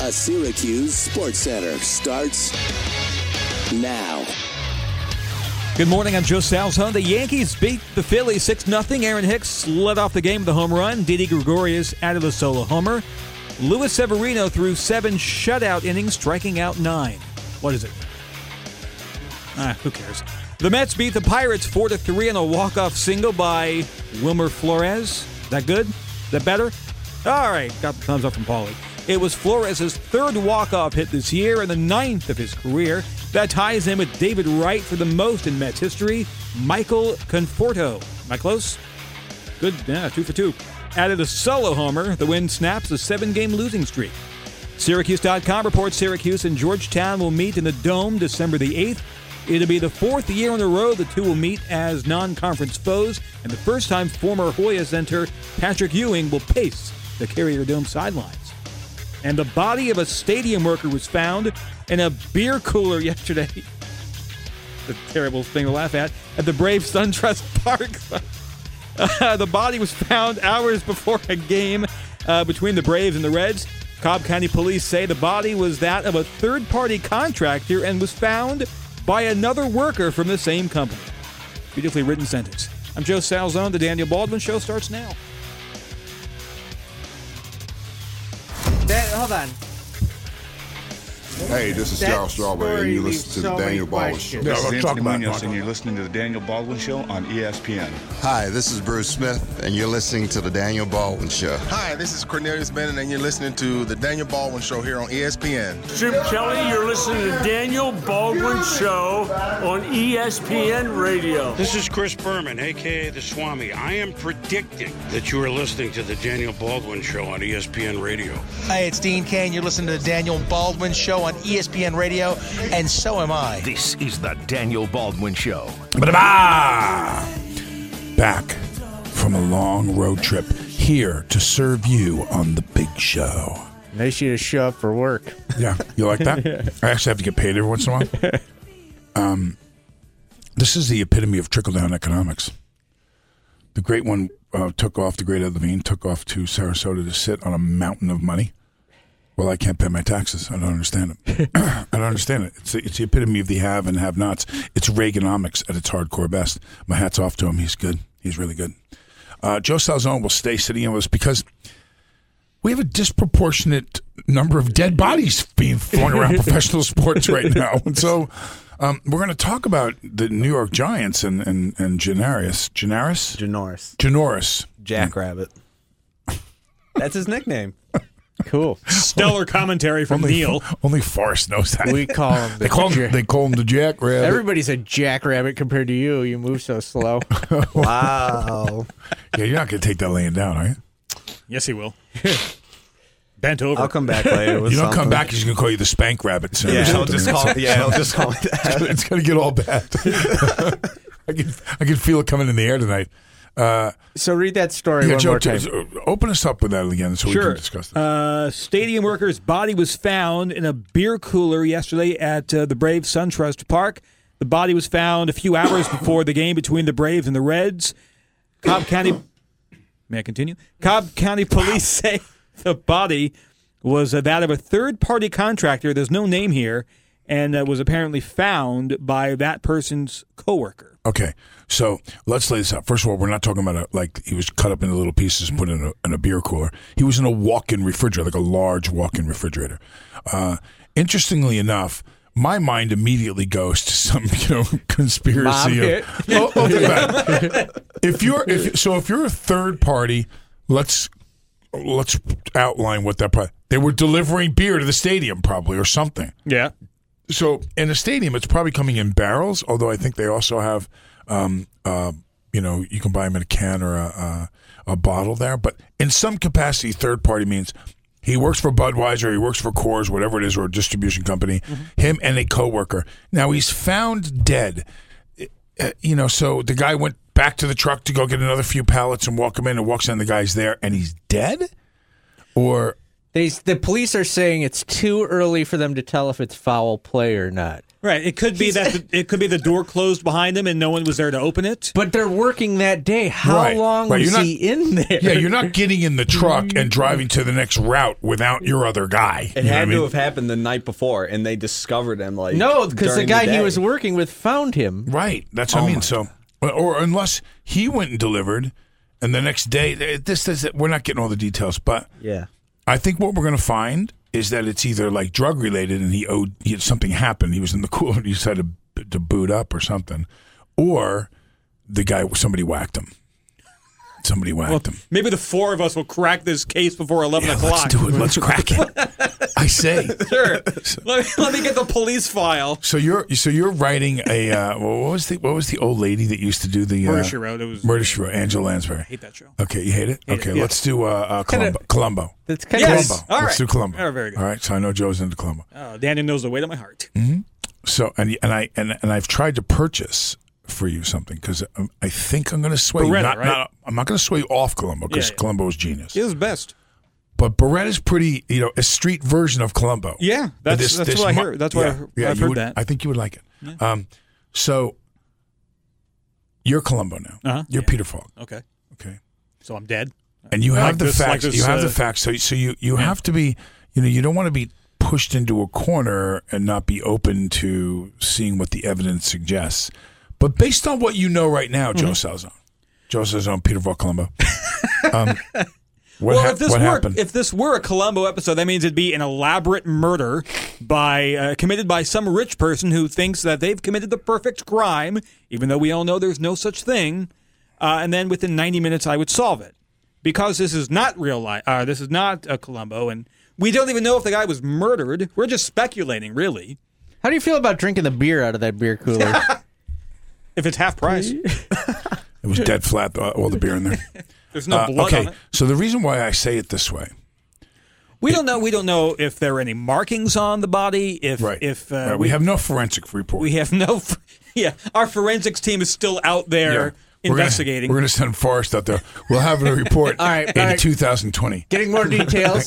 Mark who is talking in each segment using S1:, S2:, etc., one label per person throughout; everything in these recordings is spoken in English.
S1: A Syracuse Sports Center starts now.
S2: Good morning. I'm Joe Salzone. The Yankees beat the Phillies 6 0. Aaron Hicks led off the game with a home run. Didi Gregorius added a solo homer. Luis Severino threw seven shutout innings, striking out nine. What is it? Ah, who cares? The Mets beat the Pirates 4 3 on a walk off single by Wilmer Flores. That good? That better? All right, got the thumbs up from Paulie. It was Flores' third walk-off hit this year and the ninth of his career. That ties him with David Wright for the most in Mets history, Michael Conforto. Am I close? Good, yeah, two for two. Added a solo homer. The win snaps a seven-game losing streak. Syracuse.com reports Syracuse and Georgetown will meet in the Dome December the 8th. It'll be the fourth year in a row the two will meet as non conference foes, and the first time former Hoya center Patrick Ewing will pace the Carrier Dome sidelines and the body of a stadium worker was found in a beer cooler yesterday. the terrible thing to laugh at at the Brave SunTrust Park. Uh, the body was found hours before a game uh, between the Braves and the Reds. Cobb County police say the body was that of a third party contractor and was found by another worker from the same company. Beautifully written sentence. I'm Joe Salzone. The Daniel Baldwin Show starts now.
S3: That, hold on.
S4: Hey, this is
S3: That
S4: Charles Strawberry, and
S3: story
S4: you
S3: leaves
S4: listen to
S3: so
S4: the
S3: many
S4: Daniel Baldwin Show.
S3: questions.
S5: This is
S6: we'll talk
S5: Anthony
S6: about it,
S5: Munoz,
S6: Marco.
S5: and you're listening to the Daniel Baldwin Show on E ESPN.
S4: Hi, this is Bruce Smith, and you're listening to the Daniel Baldwin Show.
S7: Hi, this is Cornelius Bennett, and you're listening to the Daniel Baldwin Show here on E ESPN.
S8: Jim Kelly, you're listening to Daniel Baldwin Show E on ESPN Radio.
S9: This is Chris Berman, aka the Swami. I am predicting that you are listening to the Daniel Baldwin Show on E ESPN Radio.
S3: Hey, it's Dean Kane. You're listening to the Daniel Baldwin Show on E ESPN Radio, and so am I.
S10: This is the Daniel Baldwin Show.
S6: Ba-da-ba! Back from a long road trip here to serve you on the big show.
S3: They should just show up for work.
S6: Yeah, you like that? I actually have to get paid every once in a while. Um, this is the epitome of trickle down economics. The great one uh, took off, the great Levine took off to Sarasota to sit on a mountain of money. Well, I can't pay my taxes. I don't understand it. I don't understand it. It's the, it's the epitome of the have and have nots. It's Reaganomics at its hardcore best. My hat's off to him. He's good. He's really good. Uh, Joe Salzone will stay sitting in with us because we have a disproportionate number of dead bodies being thrown around professional sports right now. And so um, we're going to talk about the New York Giants and, and, and Janaris. Janaris?
S11: Janoris.
S6: Janoris.
S11: Jackrabbit. That's his nickname.
S3: Cool.
S2: Stellar commentary from
S6: Only,
S2: Neil.
S6: Oh, only Forrest knows that.
S3: We call him the
S6: they, call him,
S3: Jack-
S6: they call him the Jack Rabbit.
S3: Everybody's a jackrabbit compared to you. You move so slow.
S11: Wow.
S6: yeah, you're not going to take that laying down, are you?
S2: Yes, he will. Bent over.
S11: I'll come back later. With
S6: you don't come
S11: something.
S6: back, he's going to call you the Spank Rabbit. soon or
S11: Yeah, he'll
S6: something.
S11: just call. Yeah, he'll just call me that.
S6: it's going to get all bad. I can, I can feel it coming in the air tonight. Uh,
S3: So read that story
S6: yeah,
S3: one
S6: Joe,
S3: more time.
S6: t- open us up with that again so we
S2: Sure.
S6: can discuss this.
S2: Uh, stadium worker's body was found in a beer cooler yesterday at uh, the Braves SunTrust Park. The body was found a few hours before the game between the Braves and the Reds. Cobb County. May I continue? Cobb County police say the body was uh, that of a third party contractor. There's no name here, and uh, was apparently found by that person's coworker.
S6: Okay, so let's lay this out. First of all, we're not talking about a, like he was cut up into little pieces and put in a, in a beer cooler. He was in a walk-in refrigerator, like a large walk-in refrigerator. Uh, interestingly enough, my mind immediately goes to some you know conspiracy.
S3: Mob
S6: of,
S3: hit.
S6: Oh, oh, think about it. If you're if so, if you're a third party, let's let's outline what that. Pro- they were delivering beer to the stadium, probably or something.
S2: Yeah.
S6: So in a stadium, it's probably coming in barrels. Although I think they also have, um, uh, you know, you can buy them in a can or a, a a bottle there. But in some capacity, third party means he works for Budweiser, he works for Coors, whatever it is, or a distribution company. Him and a coworker. Now he's found dead. Uh, you know, so the guy went back to the truck to go get another few pallets and walk him in, and walks in, the guy's there, and he's dead. Or
S3: They, the police are saying it's too early for them to tell if it's foul play or not.
S2: Right. It could be that the, it could be the door closed behind him and no one was there to open it. But they're working that day.
S6: How Right. long Right, was you're not- he
S2: in there?
S6: Yeah, you're not getting in the truck and driving to the next route without your other guy.
S11: It
S6: You know
S11: had
S6: what I
S11: to
S6: mean?
S11: have happened the night before, and they discovered him like
S12: No, because the
S11: during
S12: guy he
S11: day.
S12: was working with found him.
S6: Right. That's what I mean. So, or, or unless he went and delivered, and the next day, th- this is we're not getting all the details, but
S11: Yeah.
S6: I think what we're going to find is that it's either like drug related, and he owed he had something happened. He was in the cooler, and he decided to, to boot up or something, or the guy somebody whacked him. Somebody whacked him.
S2: Maybe the four of us will crack this case before eleven
S6: Let's
S2: o'clock.
S6: do it. Let's crack it. I say.
S2: sure. Let me, let me get the police file.
S6: So you're so you're writing a uh, what was the what was the old lady that used to do the
S2: Murder,
S6: uh,
S2: She Wrote. It was-
S6: Murder She Wrote Angela Lansbury. I hate
S2: that show.
S6: Okay, you hate it.
S2: Hate it,
S6: okay,
S2: yeah.
S6: let's do uh, uh, Columbo. Columbo.
S12: That's
S2: kinda- Yes!
S6: Columbo.
S2: All right.
S6: Let's do Columbo.
S2: All right, Oh, very good.
S6: All right. So I know Joe's into Columbo.
S2: Oh, Daniel knows the weight of my heart.
S6: hmm So and and I and, and I've tried to purchase for you something because I think I'm going to sway you.
S2: Beretta,
S6: Not,
S2: right?
S6: not, I'm not going to sway you off Columbo because
S2: Yeah, yeah.
S6: Columbo is genius.
S2: He was best.
S6: But Beretta's pretty, you know, a street version of Columbo.
S2: Yeah, that's- that's what I
S6: mu-
S2: heard- that's what I heard- I've
S6: you
S2: heard
S6: would-
S2: that.
S6: I think you would like it. Um, so you're Columbo now.
S2: Uh-huh.
S6: You're Peter Falk,
S2: Okay.
S6: Okay.
S2: So I'm dead.
S6: and you
S2: I
S6: have
S2: like
S6: the
S2: this- like
S6: facts.
S2: this,
S6: you have
S2: uh,
S6: the facts. So so you you have to be, you know, you don't want to be pushed into a corner and not be open to seeing what the evidence suggests. But based on what you know right now,
S2: Mm-hmm.
S6: Joe Salzone, Joe Salzone, Peter Falk, Columbo. um, what
S2: well,
S6: hap-
S2: if this
S6: what
S2: were
S6: happened?
S2: if this were a Columbo episode, that means it'd be an elaborate murder by uh, committed by some rich person who thinks that they've committed the perfect crime, even though we all know there's no such thing. Uh, and then within 90 minutes, I would solve it because this is not real life. Uh, this is not a Columbo, and we don't even know if the guy was murdered. We're just speculating, really.
S12: How do you feel about drinking the beer out of that beer cooler?
S2: if it's half price,
S6: It was dead flat, uh, all the beer in there. Uh,
S2: There's no blood
S6: Okay,
S2: on it.
S6: so the reason why I say it this way,
S2: we don't know. We don't know if there are any markings on the body. If if uh,
S6: right, we have no forensic report.
S2: We have no. Yeah, our forensics team is still out there
S6: We're gonna-
S2: investigating.
S6: We're going to send Forrest out there. We'll have a report
S2: All right,
S6: in
S2: all right.
S6: 2020.
S12: Getting more details.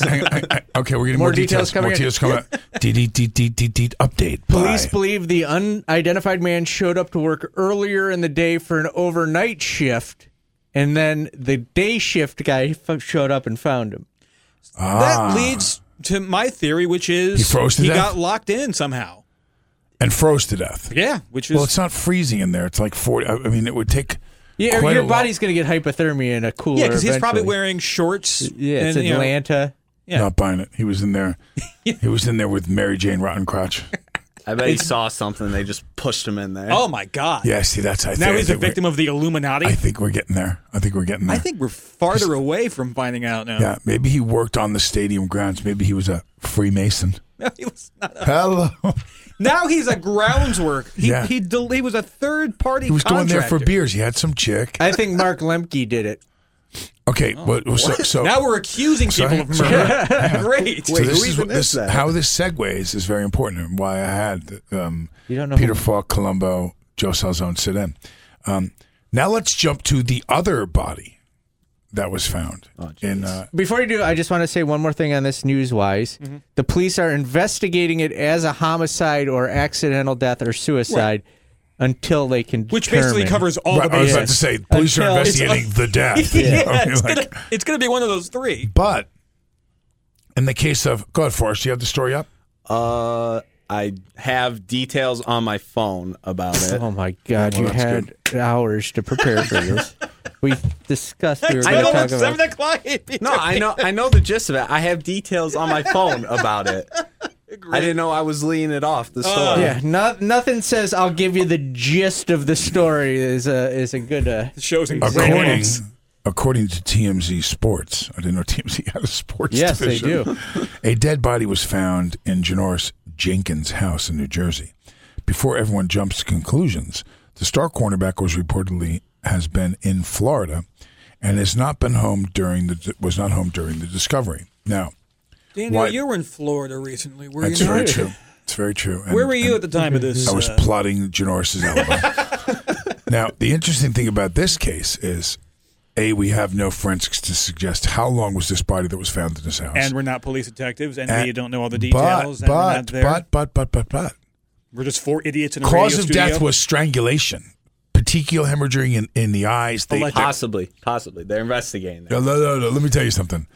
S6: Hang- hang- hang- okay, we're getting
S12: More
S6: more,
S12: details coming
S6: More
S12: in.
S6: details coming. out. Dee, dee, dee, dee, dee, dee, Update.
S12: Police believe the unidentified man showed up to work earlier in the day for an overnight shift, and then the day shift guy f- showed up and found him.
S6: Ah.
S2: that leads to my theory, which is
S6: He froze to death?
S2: got locked in somehow.
S6: And froze to death.
S2: Yeah, which is
S6: Well, it's not freezing in there. It's like 40. I I mean, it would take.
S12: Yeah,
S6: quite
S12: your
S6: a
S12: body's going to get hypothermia in a cooler.
S2: yeah, because he's probably
S12: eventually.
S2: wearing shorts.
S12: Yeah, it's
S2: and, you know,
S12: Atlanta.
S2: Yeah.
S6: Not buying it. He was in there. he was in there with Mary Jane Rottencrotch.
S11: I bet he saw something. They just pushed him in there.
S2: oh my god!
S6: Yeah, see, that's. I
S2: now
S6: think,
S2: he's
S6: I
S2: a
S6: think we're-
S2: victim of the Illuminati.
S6: I think we're getting there. I think we're getting there.
S2: I think we're farther away from finding out now.
S6: Yeah, maybe he worked on the stadium grounds. Maybe he was a Freemason.
S2: No, he was not. A,
S6: Hello.
S2: now he's a grounds work. He
S6: Yeah.
S2: he, del- he was a third party.
S6: He was going there for
S2: contractor.
S6: beers. He had some chick.
S12: I think Mark Lemke did it.
S6: Okay, what, so, so
S2: Oh. now we're accusing
S6: so
S2: people
S6: hang-
S2: of
S6: so
S2: murder.
S6: hang on.
S2: Great.
S6: So this is what this how this segues is very important and why I had um,
S12: You don't know
S6: Peter Falk, Columbo, Joe Salzone sit in. Um, now let's jump to the other body that was found
S2: Oh,
S6: in uh,
S12: Before you do, I just want to say one more thing on this news wise. The police are investigating it as a homicide or accidental death or suicide until they can
S2: Which basically
S12: determine-
S2: covers all
S6: Right,
S2: the
S6: I was
S2: bases.
S6: about to say, police are investigating the death.
S2: yeah,
S6: You know, I mean,
S2: it's,
S6: like-
S2: gonna, it's gonna be one of those three.
S6: but in the case of God Forrest, do you have the story up?
S11: Uh, I have details on my phone about it.
S12: Oh my God!
S11: Well,
S12: you
S11: that's
S12: had hours to prepare for this. we discussed. We were
S11: I
S12: going
S11: know
S12: to talk
S11: it's
S12: about.
S2: o'clock.
S11: No, I know I know the gist of it. I have details on my phone about it. I didn't know I was leading it off the story.
S13: Uh,
S12: Yeah, no, nothing says I'll give you the gist of the story is a is a good uh,
S2: Shows and
S6: According, according to TMZ Sports, I didn't know TMZ had a sports
S12: Yes, they
S6: division. do. a dead body was found in Janoris Jenkins' house in New Jersey. Before everyone jumps to conclusions, the star cornerback was reportedly has been in Florida and has not been home during the was not home during the discovery. Now,
S2: Daniel,
S6: Why-
S2: you were in Florida recently. Were
S6: that's
S2: you not?
S6: very true. It's very true. And-
S2: Where were you
S6: and-
S2: at the time of this?
S6: I was
S2: uh,
S6: plotting Janoris' alibi. now, the interesting thing about this case is, a, we have no forensics to suggest how long was this body that was found in this house.
S2: and we're not police detectives, and,
S6: And-
S2: we don't know all the details. and
S6: But
S2: we're not
S6: but
S2: there.
S6: but but but but but
S13: We're just four idiots in a
S6: Cause
S13: radio
S6: of
S13: studio.
S6: death was strangulation, petechial hemorrhaging in, in the eyes. They,
S11: possibly, possibly. They're investigating.
S6: No, no, no, no. Let me tell you something.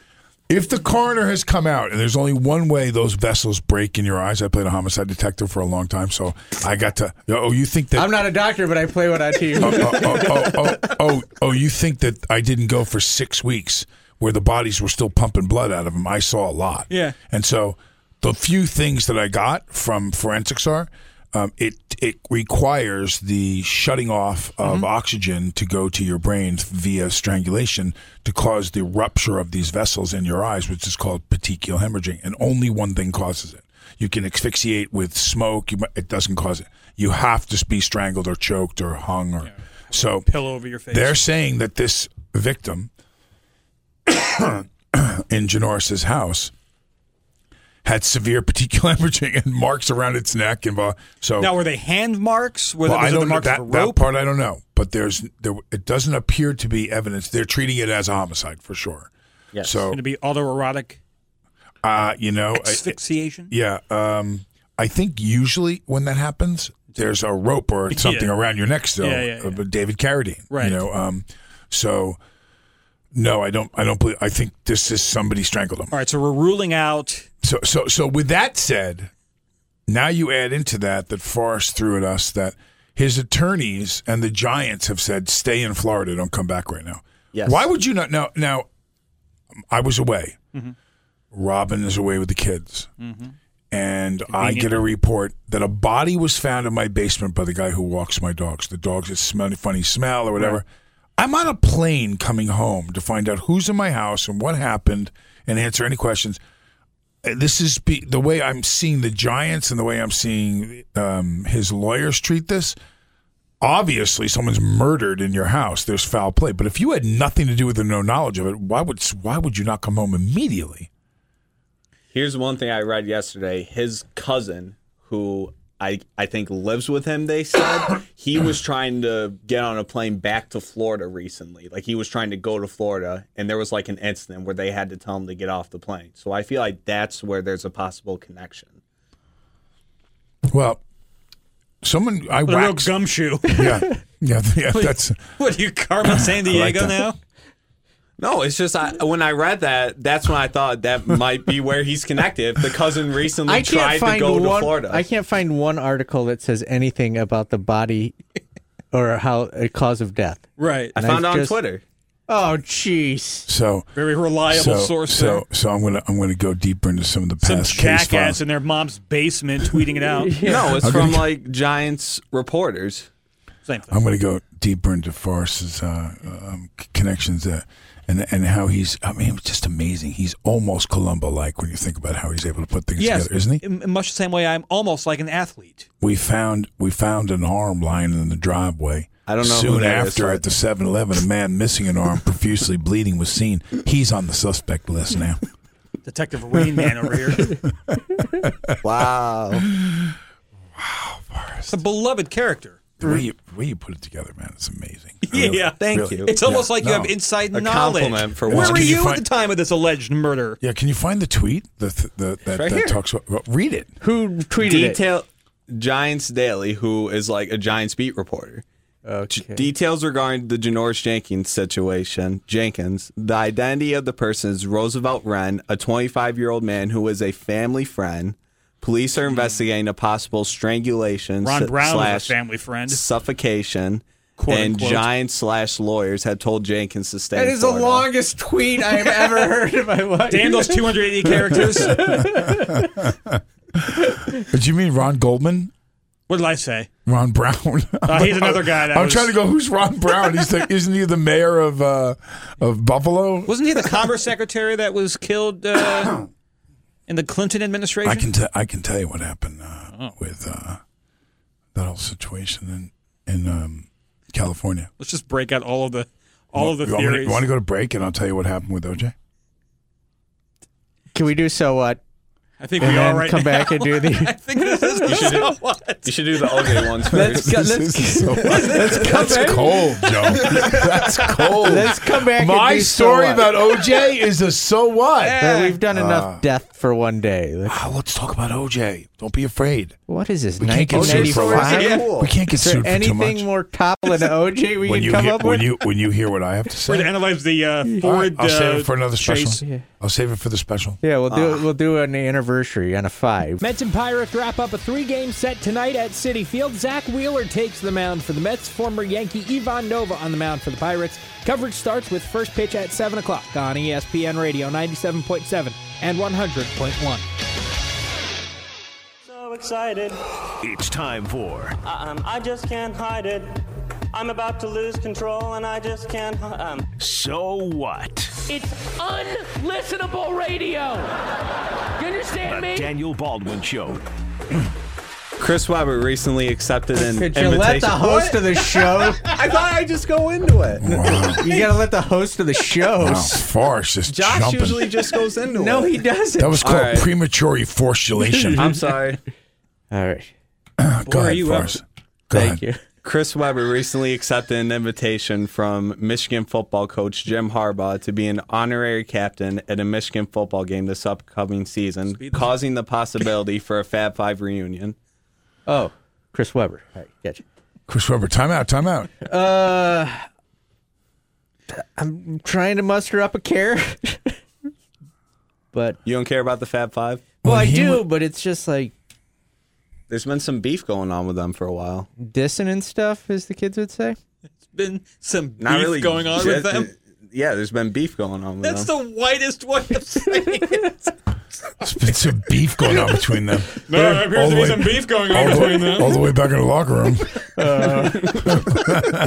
S6: If the coroner has come out and there's only one way those vessels break in your eyes, I played a homicide detective for a long time, so I got to. Oh, you think that
S12: I'm not a doctor, but I play what I teach.
S6: oh, oh, you think that I didn't go for six weeks where the bodies were still pumping blood out of them? I saw a lot.
S13: Yeah.
S6: And so the few things that I got from forensics are um, it it requires the shutting off of oxygen to go to your brain via strangulation to cause the rupture of these vessels in your eyes, which is called petechial hemorrhaging, and only one thing causes it. You can asphyxiate with smoke; you, mi- it doesn't cause it. You have to be strangled or choked or hung or so
S13: pillow over your face.
S6: They're saying that this victim in Janoris's house had severe petechial hemorrhaging and marks around its neck and blah. So
S13: Now, were they hand marks? Were
S6: well,
S13: they, was
S6: I
S13: it
S6: don't
S13: the
S6: know
S13: marks
S6: that,
S13: of a
S6: that
S13: rope?
S6: part. I don't know, but there's there. It doesn't appear to be evidence. They're treating it as a homicide for sure.
S13: Yes.
S6: So
S13: going to be autoerotic
S6: uh, you know, I-
S13: asphyxiation.
S6: yeah. Um, I think usually when that happens, there's a rope or something
S13: Yeah.
S6: around your neck still.
S13: Yeah, yeah,
S6: uh, David Carradine,
S13: Right.
S6: You know, um, so no, I don't. I don't believe. I think this is somebody strangled him.
S13: All right, so we're ruling out.
S6: So, so, so with that said, now you add into that that Forrest threw at us that his attorneys and the Giants have said stay in Florida, don't come back right now.
S11: Yes.
S6: Why would you not? Now, now, I was away. Robin is away with the kids, and I
S13: Convenient.
S6: get a report that a body was found in my basement by the guy who walks my dogs. The dogs it's smelly, funny smell or whatever. I'm on a plane coming home to find out who's in my house and what happened and answer any questions Uh, this is be, the way I'm seeing the Giants and the way I'm seeing um, his lawyers treat this. Obviously, someone's murdered in your house. There's foul play. But if you had nothing to do with it, no knowledge of it, why would why would you not come home immediately?
S11: Here's one thing I read yesterday. His cousin, who I I think lives with him, they said he was trying to get on a plane back to Florida recently. Like he was trying to go to Florida, and there was like an incident where they had to tell him to get off the plane. So I feel like that's where there's a possible connection.
S6: Well, someone I
S13: What a real
S6: waxed.
S13: gumshoe.
S6: yeah, yeah, yeah. That's
S13: what are you, Carmen San
S11: I like
S13: Diego
S11: that.
S13: now?
S11: No, it's just I, when I read that, that's when I thought that might be where he's connected. The cousin recently
S12: I
S11: tried
S12: can't
S11: to
S12: find
S11: go
S12: one.
S11: to Florida.
S12: I can't find one article that says anything about the body or how a cause of death.
S13: Right.
S11: I
S12: And
S11: found
S12: I've
S11: it on
S12: just-
S11: Twitter.
S12: Oh, jeez.
S6: so
S13: Very reliable
S6: so,
S13: source.
S6: So so I'm gonna I'm gonna go deeper into some of the
S13: there. Some
S6: past case
S13: jackass
S6: files.
S13: in their mom's basement tweeting it out.
S11: No, it's
S6: Okay.
S11: from like Giants reporters.
S13: Same thing.
S6: I'm going to go deeper into Forrest's uh, um, c- connections there, and and how he's. I mean, it's just amazing. He's almost Columbo-like when you think about how he's able to put things
S13: Yes,
S6: together, isn't he?
S13: In, in much the same way, I'm almost like an athlete.
S6: We found we found an arm lying in the driveway.
S11: I don't know who
S6: Soon
S11: that is,
S6: after,
S11: but-
S6: at the 7-Eleven, a man missing an arm, profusely bleeding, was seen. He's on the suspect list now.
S13: Detective Rain Man over here.
S11: Wow.
S13: It's a beloved character.
S6: The way you, the way you put it together, man, it's amazing.
S13: Yeah,
S6: Really,
S13: yeah. Thank
S6: really.
S11: you.
S13: It's almost
S6: Yeah,
S13: like you
S6: no.
S13: have inside
S11: A
S13: knowledge.
S11: compliment for
S13: Where
S11: once.
S13: were
S6: Can you
S13: you, at
S6: find-
S13: the time of this alleged murder?
S6: Yeah, can you find the tweet? The, th- the, that,
S11: right
S6: that
S11: here.
S6: talks about. well, Read it.
S12: Who tweeted it?
S11: Detail Giants Daily, who is like a Giants beat reporter.
S12: Okay.
S11: Details regarding the Janoris Jenkins situation. Jenkins, the identity of the person is Roosevelt Wren, a 25 year old man who is a family friend. Police
S12: Hmm.
S11: are investigating a possible strangulation
S13: Ron
S11: s-
S13: Brown was a
S11: slash
S13: family friend.
S11: suffocation.
S13: Quote,
S11: and
S13: unquote.
S11: Giants slash lawyers had told Jenkins to stay.
S12: That
S11: in
S12: is the
S11: Florida.
S12: longest tweet I have ever heard in my life.
S13: Damn those 280 characters.
S6: Did Uh, you mean Ron Goldman?
S13: what did I say?
S6: Ron Brown.
S13: Uh, he's another guy that
S6: I'm
S13: was-
S6: trying to go. Who's Ron Brown? He's the, isn't he the mayor of uh, of Buffalo?
S13: Wasn't he the Commerce Secretary that was killed uh, in the Clinton administration?
S6: I can tell. I can tell you what happened uh,
S13: Oh.
S6: with uh, that whole situation in in um, California.
S13: Let's just break out all of the all of the
S6: you want, me to,
S13: theories.
S6: you want to go to break, and I'll tell you what happened with OJ.
S12: Can we do so what?
S13: I think
S12: and
S13: we are
S12: then
S13: right
S12: come
S13: now.
S12: back and do
S13: I
S12: the.
S13: think this is
S11: You should,
S13: so
S11: do, you should do the OJ ones
S12: Let's
S11: first.
S12: go- let's- let's come
S6: uh, That's
S12: back-
S6: cold, Joe. That's cold.
S12: Let's come back. and
S6: My
S12: do so
S6: story
S12: what.
S6: about OJ is a so what.
S12: Well, we've done enough death for one day. Let's-
S6: Ah, let's talk about OJ. Don't be afraid.
S12: What is this?
S6: We can't get sued for
S12: 1995?
S6: We can't get
S12: Is there
S6: sued for too
S12: anything
S6: much.
S12: more toppling than OJ we
S6: when
S12: can
S6: you
S12: come
S6: hear,
S12: up
S6: when
S12: with?
S6: you when you hear what I have to
S13: We're
S6: say,
S13: going to analyze the uh,
S6: All right,
S13: Ford.
S6: I'll save
S13: uh,
S6: it for another special.
S13: chase.
S6: I'll save it for the special.
S12: yeah, we'll do it. We'll do an anniversary on a five.
S14: Mets and Pirates wrap up a three game set tonight at City Field. Zach Wheeler takes the mound for the Mets, former Yankee Ivan Nova on the mound for the Pirates. Coverage starts with first pitch at 7 o'clock on E ESPN Radio 97.7 and 100.1.
S15: So excited.
S10: It's time for
S15: Um, I just can't hide it. I'm about to lose control and I just can't. hi- Um.
S10: So What?
S16: It's unlistenable radio. You understand
S10: The
S16: me?
S10: Daniel Baldwin Show.
S11: Chris Webber recently accepted an
S12: Could you
S11: invitation.
S12: let the host of the show?
S11: I thought I'd just go into it.
S12: you gotta let the host of the show.
S6: Wow, Forrest is
S11: Josh
S6: jumping.
S11: usually just goes into
S12: No,
S11: it.
S12: he doesn't.
S6: that was called
S11: All right.
S6: premature forstulation.
S11: I'm sorry.
S12: All right.
S6: Go ahead,
S11: up-
S6: Forrest.
S11: Thank you. Chris Webber recently accepted an invitation from Michigan football coach Jim Harbaugh to be an honorary captain at a Michigan football game this upcoming season, causing the possibility for a Fab Five reunion.
S12: Oh, Chris Webber. All right, gotcha.
S6: Chris Webber, time out, time out.
S12: Uh, I'm trying to muster up a care. but
S11: you don't care about the Fab Five?
S12: Well, I do, but it's just like
S11: There's been some beef going on with them for a while.
S12: dissonant stuff, as the kids would say.
S13: Been some
S11: Not
S13: beef
S11: really
S13: going on with them.
S11: Yeah, there's been beef going on with
S13: That's
S11: them.
S13: the whitest way of saying it.
S6: There's been some beef going on between them.
S13: No, there appears to
S6: All the
S13: be
S6: way-
S13: some beef going
S6: all
S13: on
S6: the way-
S13: between them.
S6: All the way back in the locker room.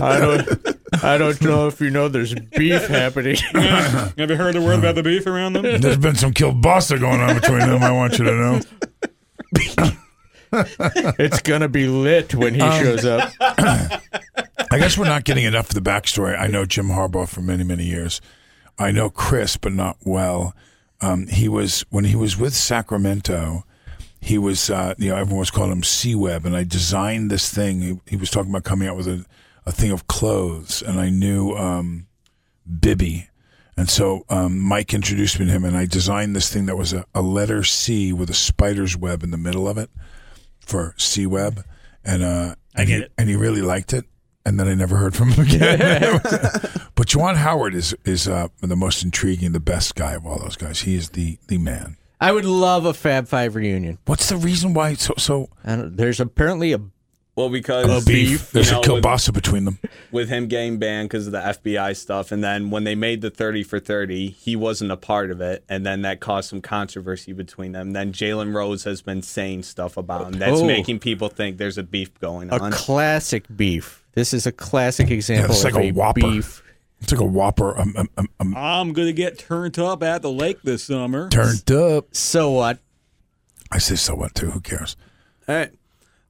S12: I don't. I don't know if you know there's beef happening.
S13: Have you heard a word about the beef around them?
S6: There's been some kielbasa going on between them. I want you to know.
S12: it's gonna be lit when he shows up.
S6: Um, I guess we're not getting enough of the backstory. I know Jim Harbaugh for many, many years. I know Chris, but not well. Um, he was when he was with Sacramento. He was, uh, you know, everyone was calling him C Web, and I designed this thing. He, he was talking about coming out with a, a thing of clothes, and I knew um, Bibby, and so um, Mike introduced me to him, and I designed this thing that was a, a letter C with a spider's web in the middle of it for C Web, and uh, I get he, it, and he really liked it. And then I never heard from him again. but Juwan Howard is is uh, the most intriguing, the best guy of all those guys. He is the the man.
S12: I would love a Fab Five reunion.
S6: What's the reason why? So, so
S12: I don't, there's apparently a
S11: Well, because
S6: There's beef.
S11: you
S6: There's
S11: know,
S6: a
S11: with-
S6: kielbasa between them.
S11: with him getting banned because of the FBI stuff. And then when they made the 30 for 30, he wasn't a part of it. And then that caused some controversy between them. Then Jalen Rose has been saying stuff about him that's
S12: Oh.
S11: making people think there's a beef going
S12: a
S11: on.
S12: classic beef. This is a classic
S6: Yeah,
S12: example
S6: it's like
S12: of
S6: a whopper.
S12: beef.
S6: It's like a whopper. Um, um, um, um,
S13: I'm going to get turned up at the lake this summer.
S6: turned up.
S12: So what?
S6: I say so what too. Who cares?
S11: All right.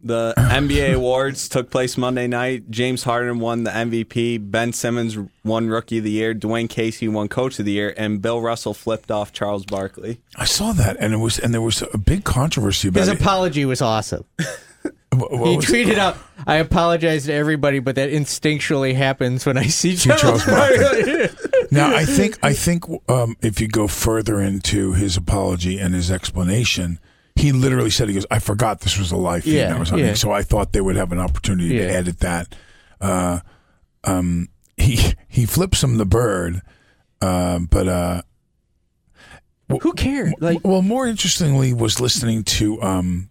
S11: The NBA awards took place Monday night. James Harden won the MVP. Ben Simmons won Rookie of the Year. Dwayne Casey won Coach of the Year. And Bill Russell flipped off Charles Barkley.
S6: I saw that, and it was and there was a big controversy about
S12: His
S6: it.
S12: apology was awesome.
S6: What- what
S12: he
S6: was-
S12: tweeted out, "I apologize to everybody, but that instinctually happens when I see Charles,
S6: Charles
S12: Barkley."
S6: now I think I think um, if you go further into his apology and his explanation, he literally said he goes, "I forgot this was a live feed
S12: Yeah,
S6: that was on."
S12: yeah.
S6: So I thought they would have an opportunity
S12: Yeah.
S6: to edit that. Uh, um, he he flips him the bird, uh, but uh,
S12: who cared? Like,
S6: well, more interestingly, was listening to um,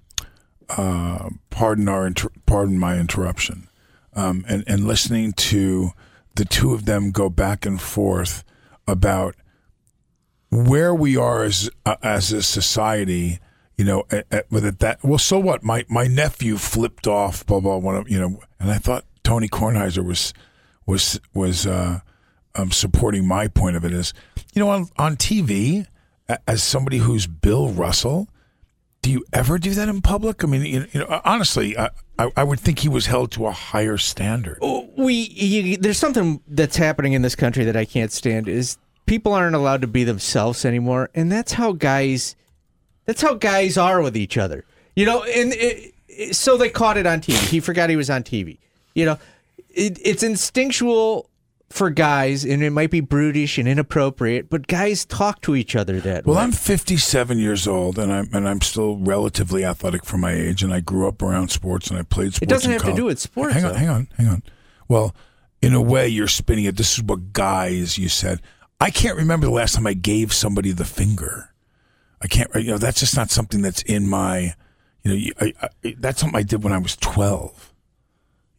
S6: uh, pardon our inter- pardon my interruption, um, and and listening to the two of them go back and forth about where we are as uh, as a society. You know, at, at, with it that well, so what? My my nephew flipped off, blah blah. One of you know, and I thought Tony Kornheiser was was was uh, um, supporting my point of it is, you know, on on TV, a- as somebody who's Bill Russell, do you ever do that in public? I mean, you you know, honestly, I, I I would think he was held to a higher standard.
S12: we you, there's something that's happening in this country that I can't stand is people aren't allowed to be themselves anymore, and that's how guys That's how guys are with each other. You know, and it, it- so they caught it on TV. He forgot he was on TV. You know, it, it's instinctual for guys, and it might be brutish and inappropriate, but guys talk to each other that
S6: Well,
S12: way.
S6: I'm 57 years old, and I'm and I'm still relatively athletic for my age, and I grew up around sports, and I played sports.
S12: It doesn't
S6: in
S12: have to do
S6: college.
S12: with sports.
S6: Hang on,
S12: though.
S6: hang on, hang on. Well, in a way, you're spinning it. This is what guys you said. I can't remember the last time I gave somebody the finger. I can't. You know, that's just not something that's in my. You know, you- I, I, that's something I did when I was 12.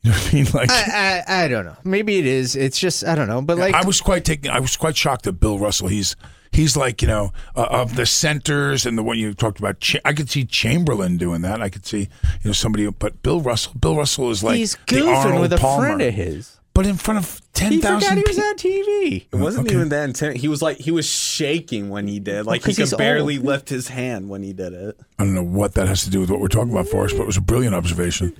S6: You know what I mean? Like.
S12: I, I I don't know. Maybe it is. It's just I don't know. But like
S6: I was quite taken. I was quite shocked at Bill Russell. He's he's like you know uh, of the centers and the one you talked about. Cha- I could see Chamberlain doing that. I could see you know somebody, but Bill Russell. Bill Russell is like
S12: he's
S6: the
S12: goofing
S6: Arnold
S12: with a
S6: Palmer.
S12: friend of his.
S6: But in front of ten thousand,
S12: He forgot he was on TV.
S11: It wasn't even that intense. He was like he was shaking when he did. Like he
S6: 'cause he's
S11: could barely
S6: old.
S11: lift his hand when he did it.
S6: I don't know what that has to do with what we're talking about, Forrest, but it was a brilliant observation.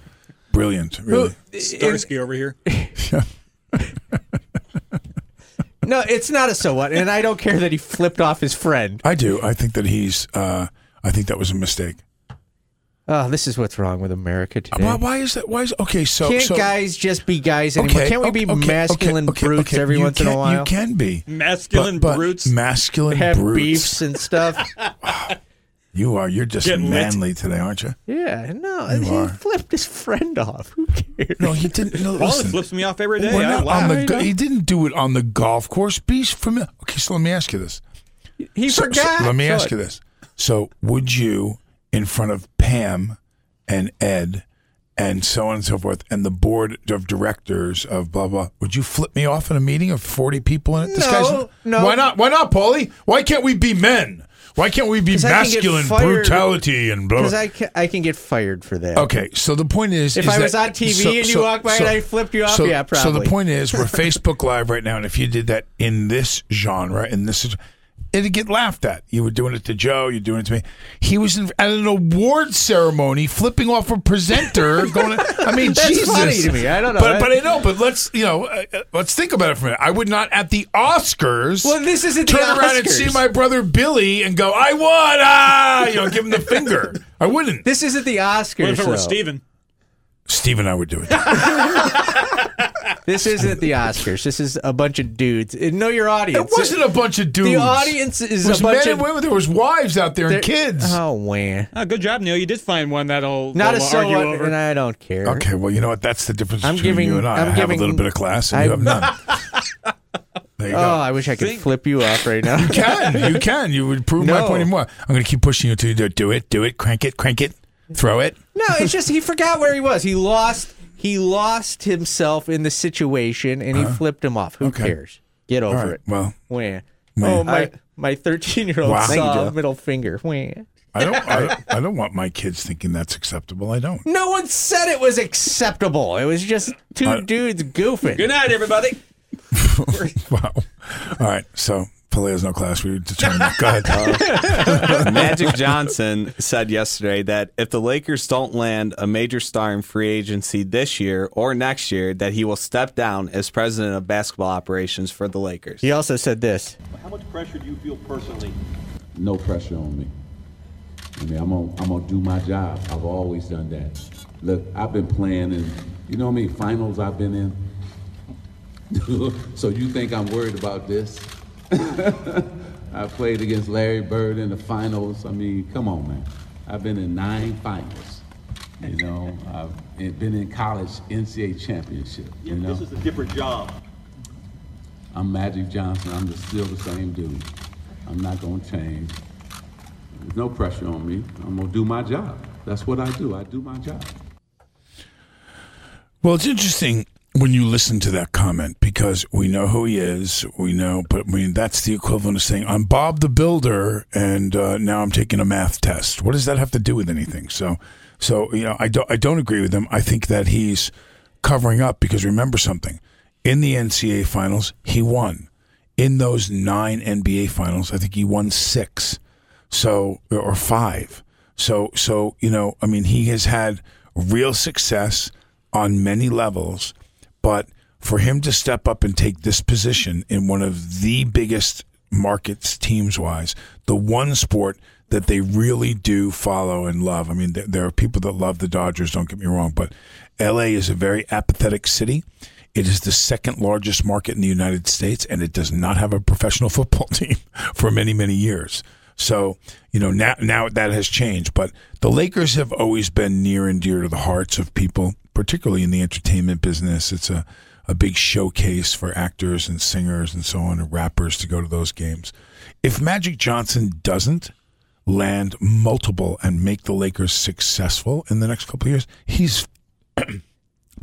S6: Brilliant, really.
S2: Starsky over here.
S12: No, it's not a so what, and I don't care that he flipped off his friend.
S6: I do. I think that he's. Uh, I think that was a mistake.
S12: Oh, this is what's wrong with America today.
S6: Why, why is that? Why is okay? So
S12: Can't
S6: Uh, so-
S12: guys just be guys anymore? Can't we be
S6: okay, okay,
S12: masculine brutes every
S6: you
S12: once in a
S6: can-
S12: while?
S6: You can be
S2: Masculine
S6: But- but
S2: brutes?
S6: Masculine
S12: have
S6: brutes.
S12: beefs and stuff.
S6: You are. You're just
S12: Get lit.
S6: manly today, aren't you?
S12: yeah, no,
S6: You
S12: he
S6: are.
S12: flipped his friend off. Who cares?
S6: No, he didn't. No,
S2: Paul
S6: listen.
S2: flips me off every day.
S6: We're
S2: I
S6: not
S2: laugh.
S6: on the go- he didn't do it on the golf course. Be familiar. Okay, so let me ask you this.
S12: He
S6: So- so
S12: forgot.
S6: let me
S12: So-
S6: ask you this. So, would you, in front of Pam and Ed and so on and so forth, and the board of directors of blah blah, would you flip me off in a meeting of forty people in it?
S12: No, no.
S6: Why not? Why not, Paulie? Why can't we be men? Why can't we be
S12: 'Cause I can get
S6: masculine
S12: fired-
S6: brutality and blah?
S12: Because
S6: blah?
S12: I can, I can get fired for that.
S6: Okay, so the point is,
S12: If
S6: is
S12: I was
S6: that-
S12: on TV and you walked by and I flipped you off,
S6: so,
S12: yeah,
S6: So
S12: probably.
S6: the point is, we're Facebook Live right now, and if you did that in this genre, in this, it'd get laughed at. You were doing it to Joe, you're doing it to me. He was in, at an award ceremony, flipping off a presenter. going, I mean,
S12: That's
S6: Jesus,
S12: funny to me. I don't know.
S6: but but I know. But let's you know, uh, uh, let's think about it for a minute. I would not at the Oscars.
S12: Well, this isn't the
S6: turn around and see
S12: Oscars.
S6: my brother Billy and go, I won! Ah, you know, give him the finger. I wouldn't.
S12: This isn't the Oscars.
S2: What if it were
S12: though.
S2: Steven?
S6: Steven, I would do it.
S12: This isn't the Oscars. This is a bunch of dudes. And know your audience.
S6: It wasn't a bunch of dudes.
S12: The audience is
S6: It was
S12: a bunch
S6: men
S12: of
S6: and women. There was wives out there,
S12: There-
S6: and kids.
S12: Oh, man.
S2: Ah, good job, Neil. You did find one that'll
S12: Not a
S2: that'll
S12: so
S2: argue
S12: what,
S2: over.
S12: and I don't care.
S6: Okay, well, you know what? That's the difference
S12: I'm
S6: between
S12: giving-
S6: you and I.
S12: I'm
S6: I have
S12: giving-
S6: a little bit of class, and you have
S12: I'm-
S6: none. there you
S12: Oh,
S6: go.
S12: I wish I could flip you up right now.
S6: You can. You can. You would prove my
S12: No.
S6: point even more. I'm going to keep pushing you until you do it. Do it. Do it. Crank it. Crank it. Throw it.
S12: No, it's just he forgot where he was. He lost. He lost himself in the situation, and he flipped him off. Who cares? Get over
S6: All right,
S12: it.
S6: Uh-huh. well.
S12: Wah.
S6: Wah.
S12: Oh my!
S6: I-
S12: my thirteen-year-old
S6: Wow. Thank you,
S12: saw
S6: Joe.
S12: a middle finger. Wah.
S6: I don't, I don't. I don't want my kids thinking that's acceptable. I don't.
S12: No one said it was acceptable. It was just two
S6: I-
S12: dudes goofing.
S2: Good night, everybody.
S6: All right. So Pele has no class. We determined that. Go ahead.
S11: Magic Johnson said yesterday that if the Lakers don't land a major star in free agency this year or next year, that he will step down as president of basketball operations for the Lakers.
S12: He also said this.
S17: How much pressure do you feel personally?
S18: no pressure on me. I mean, I'm gonna, I'm gonna do my job. I've always done that. Look, I've been playing in, you know how many finals I've been in? so you think I'm worried about this? I played against Larry Bird in the finals. I mean, come on, man. I've been in nine finals. You know, I've been in college NCAA championship. You know,
S17: This is a different job.
S18: I'm Magic Johnson. I'm just still the same dude. I'm not going to change. There's no pressure on me. I'm going to do my job. That's what I do. I do my job.
S6: Well, it's interesting when you listen to that comment because we know who he is. We know, but I mean, that's the equivalent of saying, I'm Bob the Builder, and uh, now I'm taking a math test. What does that have to do with anything? So, so you know, I don't, I don't agree with him. I think that he's covering up because remember something in the NCAA finals, he won. In those nine NBA finals, I think he won six so or five. So so you know, I mean, he has had real success on many levels, but for him to step up and take this position in one of the biggest markets teams wise, the one sport that they really do follow and love. I mean, there, there are people that love the Dodgers, don't get me wrong, but LA is a very apathetic city. It is the second largest market in the United States, and it does not have a professional football team for many, many years. So, you know, now, now that has changed, but the Lakers have always been near and dear to the hearts of people, particularly in the entertainment business. It's a, a big showcase for actors and singers and so on and rappers to go to those games. If Magic Johnson doesn't land multiple and make the Lakers successful in the next couple of years, he's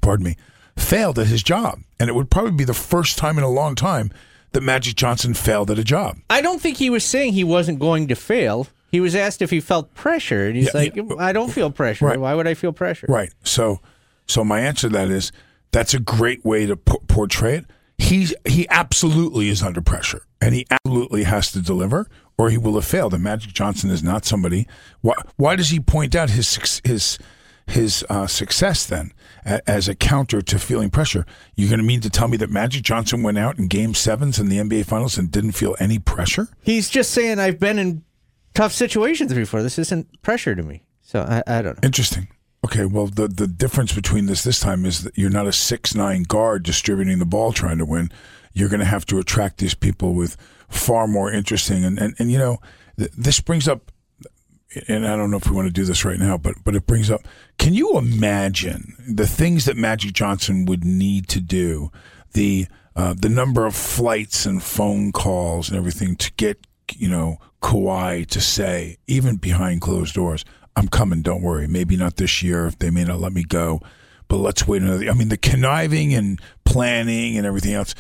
S6: pardon me, failed at his job. And it would probably be the first time in a long time that Magic Johnson failed at a job.
S12: I don't think he was saying he wasn't going to fail. He was asked if he felt pressure, and he's
S6: Yeah,
S12: like, "I don't feel pressure.
S6: Right.
S12: Why would I feel pressure?"
S6: Right. So, so my answer to that is that's a great way to p- portray it. He's he absolutely is under pressure, and he absolutely has to deliver, or he will have failed. And Magic Johnson is not somebody. Why? Why does he point out his suc- his his uh, success then a- as a counter to feeling pressure? You're going to mean to tell me that Magic Johnson went out in Game Sevens in the NBA Finals and didn't feel any pressure?
S12: He's just saying, "I've been in tough situations before. This isn't pressure to me." So I, I don't know.
S6: Interesting. Okay, well, the the difference between this this time is that you're not a six nine guard distributing the ball trying to win. You're going to have to attract these people with far more interesting and and, and you know th- this brings up, and I don't know if we want to do this right now, but but it brings up. Can you imagine the things that Magic Johnson would need to do? The uh, the number of flights and phone calls and everything to get you know, Kawhi to say, even behind closed doors, I'm coming, don't worry. Maybe not this year if they may not let me go, but let's wait another. I mean, the conniving and planning and everything else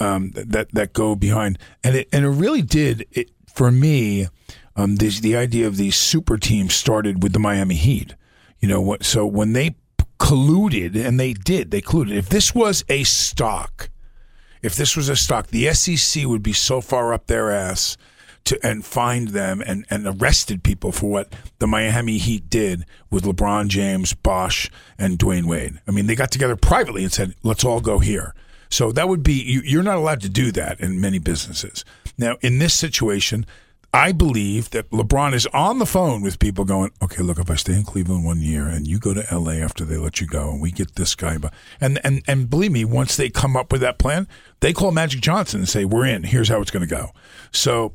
S6: um, that that go behind, and it and it really did it for me. Um, this, the idea of these super teams started with the Miami Heat. You know what? So when they colluded, and they did, they colluded. If this was a stock, if this was a stock, the SEC would be so far up their ass to and find them and, and arrested people for what the Miami Heat did with LeBron James, Bosch, and Dwayne Wade. I mean, they got together privately and said, "Let's all go here." So that would be you, you're not allowed to do that in many businesses. Now, in this situation, I believe that LeBron is on the phone with people going, okay, look, if I stay in Cleveland one year and you go to LA after they let you go and we get this guy, but and and and believe me, once they come up with that plan, they call Magic Johnson and say, we're in. Here's how it's going to go. So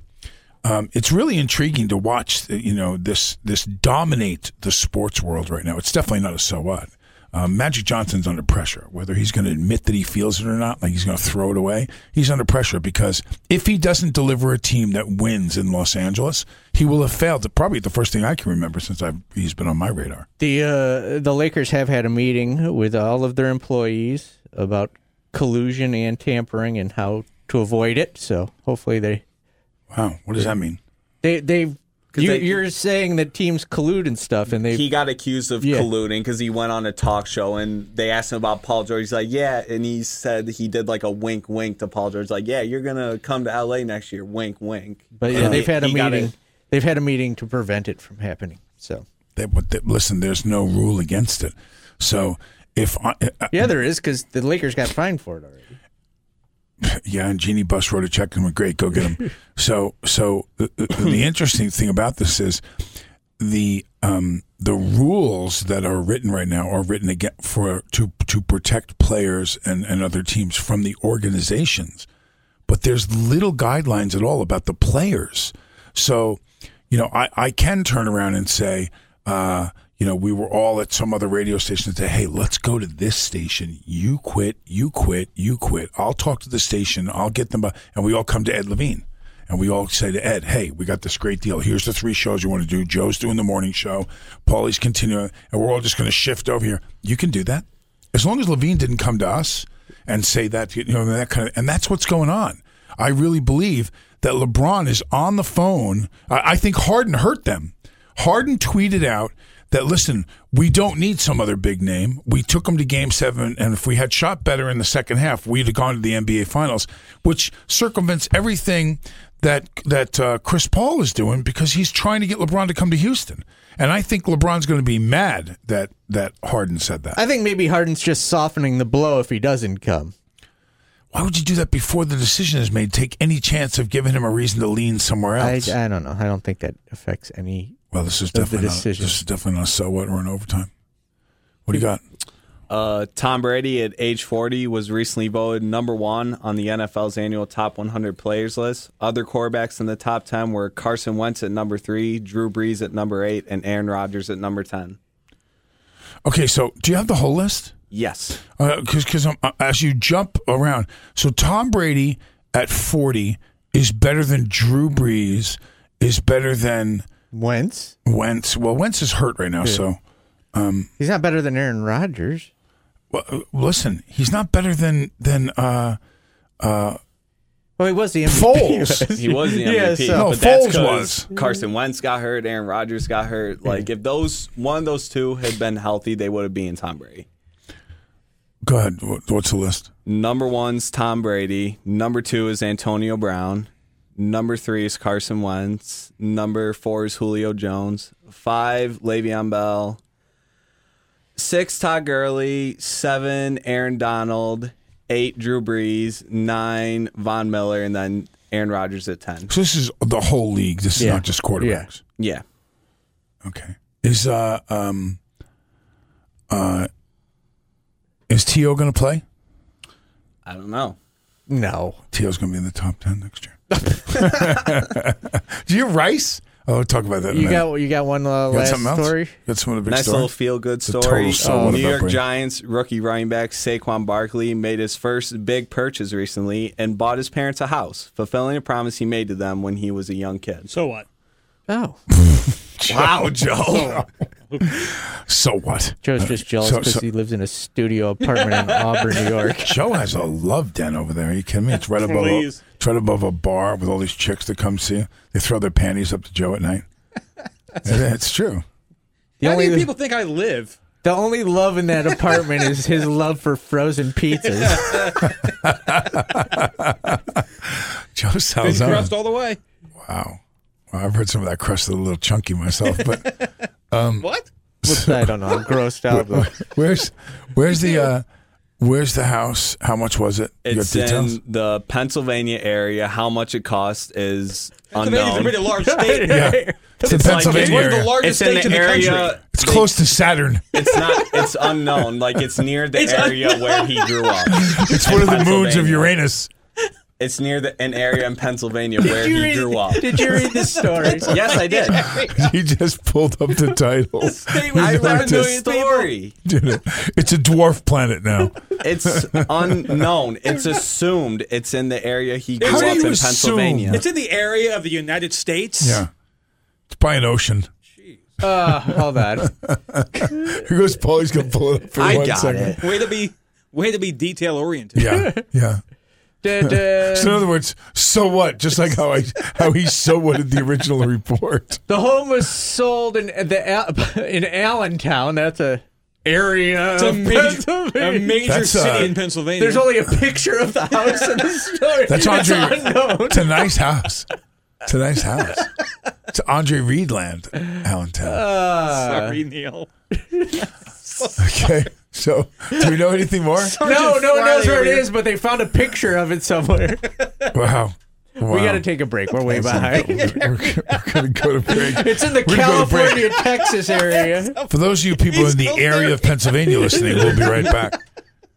S6: um, it's really intriguing to watch. You know this this dominate the sports world right now. It's definitely not a so what. Um, Magic Johnson's under pressure. Whether he's going to admit that he feels it or not, like he's going to throw it away, he's under pressure because if he doesn't deliver a team that wins in Los Angeles, he will have failed. to- Probably the first thing I can remember since I've, he's been on my radar.
S12: The uh, the Lakers have had a meeting with all of their employees about collusion and tampering and how to avoid it. So hopefully they.
S6: Wow, what does that mean?
S12: They they.
S11: 'Cause
S12: You,
S11: they-
S12: you're saying that teams collude and stuff, and they
S11: he got accused of
S12: Yeah.
S11: colluding because he went on a talk show and they asked him about Paul George. He's like, yeah, and he said he did like a wink, wink to Paul George. He's like, yeah, you're gonna come to L.A. next year, wink, wink.
S12: But yeah,
S11: And
S12: they've had a
S11: he got
S12: meeting. They've had a meeting to prevent it from happening. So
S6: They, but they, listen, there's no rule against it. So if I, uh,
S12: yeah, there is because the Lakers got fined for it already.
S6: Yeah, and Jeannie Buss wrote a check and went, great, go get him. so, so the, the- the interesting thing about this is the um, the rules that are written right now are written again for to to protect players and, and other teams from the organizations, but there's little guidelines at all about the players. So, you know, I, I can turn around and say, uh, you know, we were all at some other radio station and say, hey, let's go to this station. You quit, you quit, you quit. I'll talk to the station, I'll get them, bu- and we all come to Ed Levine. And we all say to Ed, hey, we got this great deal. Here's the three shows you want to do. Joe's doing the morning show. Paulie's continuing. And we're all just going to shift over here. You can do that. As long as Levine didn't come to us and say that, you know, that kind of, and that's what's going on. I really believe that LeBron is on the phone. I, I think Harden hurt them. Harden tweeted out that, listen, we don't need some other big name. We took them to game seven, and if we had shot better in the second half, we'd have gone to the NBA Finals, which circumvents everything that, that uh, Chris Paul is doing because he's trying to get LeBron to come to Houston. And I think LeBron's going to be mad that, that Harden said that.
S12: I think maybe Harden's just softening the blow if he doesn't come.
S6: Why would you do that before the decision is made? Take any chance of giving him a reason to lean somewhere
S12: I,
S6: else.
S12: I don't know. I don't think that affects any.
S6: Well, this is
S12: of the
S6: definitely not,
S12: decision.
S6: this is definitely not a so what. We're in overtime. What do you got?
S11: Uh, Tom Brady at age 40 was recently voted number one on the NFL's annual top 100 players list. Other quarterbacks in the top 10 were Carson Wentz at number three, Drew Brees at number eight, and Aaron Rodgers at number 10.
S6: Okay, so do you have the whole list?
S11: Yes.
S6: Because because uh, as you jump around, so Tom Brady at forty is better than Drew Brees. Is better than
S12: Wentz.
S6: Wentz. Well, Wentz is hurt right now,
S12: Yeah.
S6: so um,
S12: he's not better than Aaron Rodgers.
S6: Well, uh, listen, he's not better than than. Uh, uh,
S12: well, he was the
S6: Foles.
S11: He was the MVP.
S6: no,
S11: but that's
S6: Foles was.
S11: 'cause Carson Wentz got hurt, Aaron Rodgers got hurt. Like, if those one of those two had been healthy, they would have been Tom Brady.
S6: Go ahead. What- What's the list?
S11: Number one's Tom Brady. Number two is Antonio Brown. Number three is Carson Wentz. Number four is Julio Jones. Five, Le'Veon Bell. Six, Todd Gurley. Seven, Aaron Donald. Eight, Drew Brees. Nine, Von Miller. And then Aaron Rodgers at 10.
S6: So this is the whole league. This is
S11: Yeah.
S6: not just quarterbacks.
S11: Yeah.
S6: Is uh um uh is To going to play?
S11: I don't know.
S12: No,
S6: To's going to be in the top ten next year. Do you have Rice? Oh, we'll talk about that. in a
S12: You
S6: minute.
S12: got you got one uh,
S6: You got
S12: last
S6: something else?
S12: story.
S6: Got some of the big
S11: Nice
S6: story?
S11: little feel good
S6: It's a total
S11: story.
S6: so what
S11: New
S6: about
S11: York
S6: Brady?
S11: Giants rookie running back Saquon Barkley made his first big purchase recently and bought his parents a house, fulfilling a promise he made to them when he was a young kid.
S13: So what?
S12: Oh.
S6: Wow, Joe. so what?
S12: Joe's just jealous
S6: So-
S12: because
S6: so-
S12: he lives in a studio apartment in Auburn, New York.
S6: Joe has a love den over there. Are you kidding me? It's right above a,
S12: Please.
S6: it's right above a bar with all these chicks that come see you. They throw their panties up to Joe at night. Yeah, it's true.
S12: The
S13: How
S12: only
S13: do you people think I live?
S12: the only love in that apartment is his love for frozen pizzas.
S6: Joe
S13: Been
S6: Salzone.
S13: crushed all the way.
S6: Wow. Well, I've heard some of that crust a little chunky myself, but um,
S13: what?
S12: I don't know. I'm grossed out. though.
S6: uh, Where's where's the uh, where's the house? How much was it? You got
S11: It's in the Pennsylvania area. How much it cost is
S13: Pennsylvania's
S11: unknown.
S13: a pretty large state.
S6: Yeah. It's in Pennsylvania.
S11: it's one of
S6: area.
S11: the uh, largest It's in states the in the area- country.
S6: It's close to Saturn.
S11: It's not. It's unknown. Like it's near the
S6: It's
S11: area where he grew up.
S6: It's
S11: in
S6: one of the moons of
S11: Pennsylvania.
S6: Uranus.
S11: It's near the, an area in Pennsylvania where he grew up.
S12: this story?
S11: Yes, I did.
S6: he just pulled up the title.
S11: I
S6: He
S11: read
S6: just
S11: the story.
S6: did it. It's a dwarf planet now.
S11: It's unknown. It's assumed it's in the area he grew up in Pennsylvania.
S13: It's in the area of the United States.
S6: Yeah. It's by an ocean.
S12: Uh, hold on.
S6: Here goes Paul. He's going to pull it up for
S13: I
S6: one
S13: got
S6: second.
S13: it. Way to be, way to be detail oriented.
S6: Yeah, yeah. so in other words, so what? Just like how I how he so whatted the original report.
S12: The home was sold in the Al- in Allentown. That's a area.
S13: It's a
S12: of
S13: major, a
S12: Pennsylvania.
S13: major
S6: That's, uh,
S13: city in Pennsylvania.
S12: There's only a picture of the house in the story.
S6: That's Andre.
S12: unknown.
S6: It's a nice house. It's a nice house. It's Andre Reed land, Allentown.
S12: Uh.
S13: Sorry, Neil.
S6: okay. So do we know anything more?
S12: no, no one knows where it
S13: Friday.
S12: is, but they found a picture of it somewhere.
S6: Wow.
S12: We
S6: Wow.
S12: got to take a break. We're way behind.
S6: We're gonna go to break.
S12: It's in the
S6: We're gonna go to break.
S12: California, Texas area.
S6: For those of you people in the area of Pennsylvania listening, we'll be right back.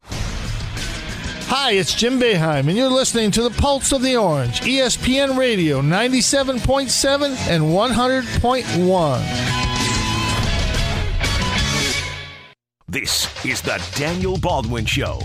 S19: Hi, it's Jim Beheim, and you're listening to the Pulse of the Orange, ESPN Radio 97.7 and 100.1.
S10: This is the Daniel Baldwin Show.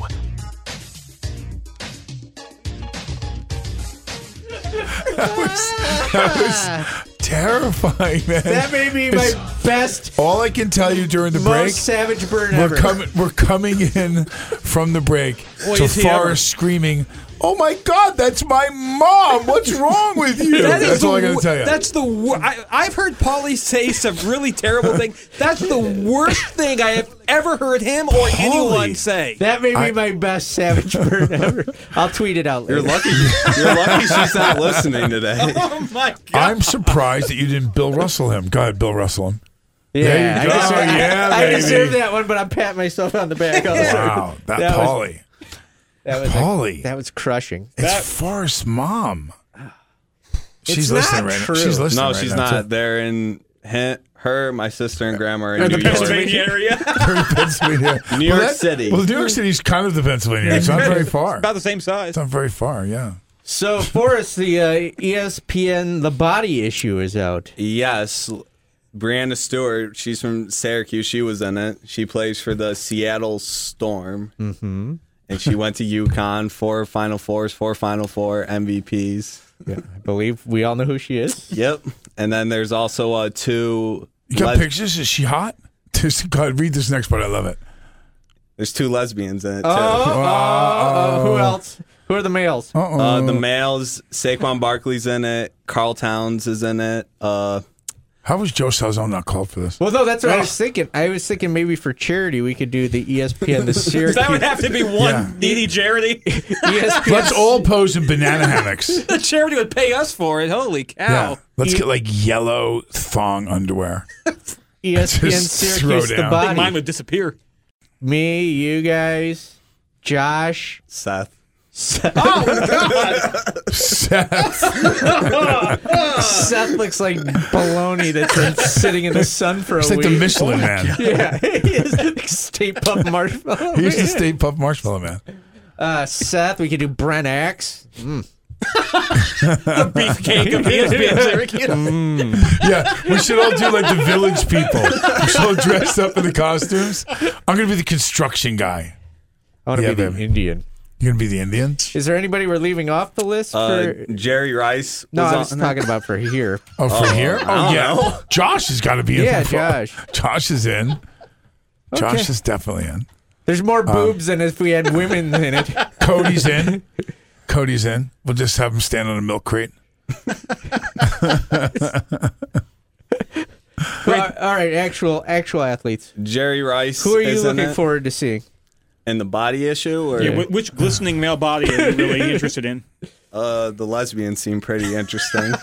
S6: That was, that was terrifying, man.
S12: That may be my best.
S6: All I can tell you during the
S12: Most
S6: break,
S12: savage burn
S6: we're
S12: ever.
S6: coming. We're coming in from the break
S12: Well,
S6: to
S12: you see,
S6: Forrest screaming, "Oh my God, that's my mom! What's wrong with you?"
S13: That is
S6: that's all
S13: the
S6: I got to
S13: wor-
S6: tell you.
S13: That's the wor- I, I've heard Paulie say some really terrible things. That's the worst thing I have ever heard him or anyone say.
S12: That may be my best savage burn ever. I'll tweet it out later.
S11: You're lucky. You're lucky she's not listening today.
S13: Oh my!
S6: I'm surprised that you didn't Bill Russell him. Go ahead, Bill Russell him. there you go.
S12: I deserve,
S6: yeah,
S12: I
S6: baby.
S12: deserve that one, but I'm patting myself on the back. Also.
S6: Wow, that,
S12: That was-
S6: Polly.
S12: That was
S6: Pauly.
S12: that was crushing.
S6: It's Forrest's mom.
S12: It's
S6: She's
S12: not
S6: listening right
S12: true.
S6: now. She's listening
S11: no,
S6: right
S11: she's
S6: now,
S11: not.
S6: too.
S11: They're in he- her, my sister, and grandma are in
S6: In
S11: New
S6: the
S11: York.
S6: Pennsylvania
S11: area.
S6: They're in Pennsylvania.
S11: New
S6: Well,
S11: York
S6: that-
S11: City.
S6: Well, New York City's kind of the Pennsylvania. It's not very far.
S2: About the same size.
S6: It's not very far, yeah.
S12: So, Forrest, the uh, ESPN The Body Issue is out.
S11: Yes. Brianna Stewart, she's from Syracuse. She was in it. She plays for the Seattle Storm.
S12: Mm-hmm.
S11: And she went to UConn, four Final Fours, four Final Four MVPs.
S12: Yeah, I believe we all know who she is.
S11: Yep. And then there's also uh, two.
S6: You got
S11: les-
S6: pictures? Is she hot? This- God, read this next part. I love it.
S11: There's two lesbians in it, too.
S12: Oh.
S6: Oh.
S12: who else? Who are the males?
S11: Uh, the males, Saquon Barkley's in it. Carl Towns is in it. Uh,
S6: How was Joe Salzone not called for this?
S12: Well, no, that's what I
S6: Ugh.
S12: was thinking. I was thinking maybe for charity we could do the E ESPN The Syracuse.
S13: That would have to be one
S6: Yeah.
S13: needy charity.
S12: ESPN
S6: Let's all pose in banana hammocks.
S13: the charity would pay us for it. Holy cow!
S6: Yeah. Let's get like yellow thong underwear.
S12: ESPN
S6: Just throw
S12: Syracuse The
S6: down.
S12: Body.
S13: Mine would disappear.
S12: Me, you guys, Josh.
S11: Seth.
S12: Seth looks like baloney that's been sitting in the sun for
S6: It's
S12: a
S6: like
S12: week.
S6: the Michelin man.
S12: Yeah, he is like State Puff Marshmallow.
S6: Here's the
S12: Man.
S6: State Puff Marshmallow Man.
S12: Uh, Seth, we could do Brent Axe. Mm.
S13: The beefcake of ESPN Syracuse.
S6: Mm, Yeah, we should all do like the village people. We should all dress up in the costumes. I'm gonna be the construction guy.
S12: I want to
S6: Yeah,
S12: be
S6: baby.
S12: the Indian.
S6: You're gonna be the Indian.
S12: Is there anybody we're leaving off the list?
S11: Uh,
S12: for...
S11: Jerry Rice.
S12: No,
S11: was
S12: I
S11: on
S12: was
S11: it.
S12: talking about for here.
S6: Oh, for
S11: Oh,
S6: here?
S11: I
S6: Oh
S11: don't
S6: yeah.
S11: know.
S6: Josh has got to be in.
S12: Yeah,
S6: for-
S12: Josh.
S6: Josh is in. Josh
S12: Okay.
S6: is definitely in.
S12: There's more
S6: Um,
S12: boobs than if we had women in it.
S6: Cody's in. Cody's in. We'll just have him stand on a milk crate.
S12: Uh, all right, actual actual athletes.
S11: Jerry Rice.
S12: Who are you
S11: is in
S12: looking
S11: it.
S12: forward to seeing?
S11: And the body issue, or
S13: Yeah, wh- which glistening male body are you really interested in?
S11: uh, the lesbians seem pretty interesting.